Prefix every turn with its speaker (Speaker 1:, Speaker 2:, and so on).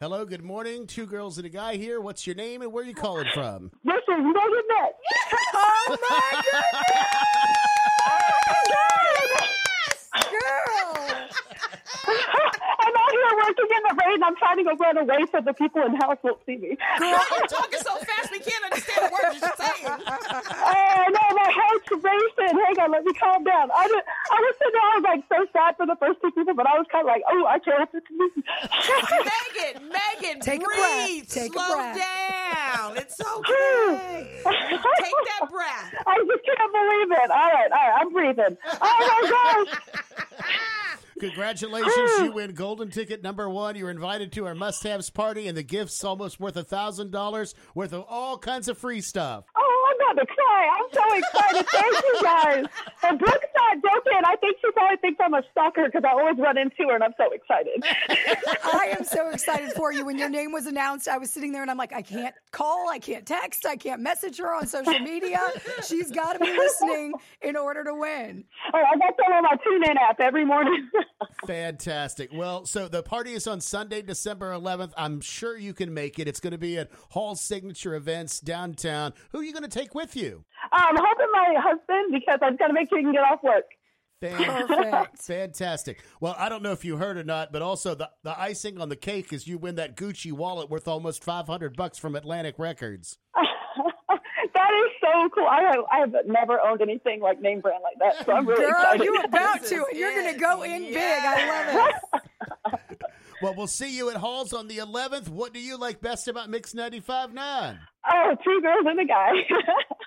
Speaker 1: Hello, good morning. Two girls and a guy here. What's your name and where are you calling from?
Speaker 2: This is Megan Nick.
Speaker 3: Girl.
Speaker 2: I'm out here working in the rain. I'm trying to go run away so the people in the house won't see me.
Speaker 3: Girl, you're talking so fast we can't understand a word you're saying.
Speaker 2: Oh no, my heart's racing. Hang on, let me calm down. I, did, I was sitting there, I was like so sad for the first two people, but I was kind of like, oh, I can't have to
Speaker 3: Megan, Megan,
Speaker 4: Take a
Speaker 3: breathe.
Speaker 4: breath. Take a
Speaker 3: Slow
Speaker 4: breath.
Speaker 3: down. It's okay. Take that breath.
Speaker 2: I just can't believe it. All right, all right, I'm breathing. Oh my gosh.
Speaker 1: Congratulations, you win golden ticket number one. You're invited to our must haves party, and the gift's almost worth a thousand dollars worth of all kinds of free stuff.
Speaker 2: Oh, I'm about to cry. I'm so excited. Thank you guys. And Brooke's not joking. I think she probably thinks I'm a stalker because I always run into her and I'm so excited.
Speaker 4: I am so excited for you. When your name was announced, I was sitting there and I'm like, I can't call, I can't text, I can't message her on social media. She's got to be listening in order to win.
Speaker 2: Oh, I got that on my TuneIn app every morning. Um,
Speaker 1: Fantastic. Well, so the party is on Sunday, December 11th. I'm sure you can make it. It's going to be at Hall Signature Events downtown. Who are you going to take with you?
Speaker 2: I'm hoping my husband because I'm going to make sure he can get off work.
Speaker 1: Fan-
Speaker 4: Perfect.
Speaker 1: Fantastic. Well, I don't know if you heard or not, but also the, the icing on the cake is you win that Gucci wallet worth almost 500 bucks from Atlantic Records.
Speaker 2: that is so cool. I have, I have never owned anything like name brand like that, so I'm really
Speaker 4: Girl,
Speaker 2: excited.
Speaker 4: you're about
Speaker 3: This
Speaker 4: to,
Speaker 3: is
Speaker 4: and you're going
Speaker 3: it.
Speaker 4: to go in
Speaker 3: Yes.
Speaker 4: big. I love it.
Speaker 1: Well, we'll see you at Hall's on the 11th. What do you like best about Mix 95.9?
Speaker 2: oh, two girls and a guy.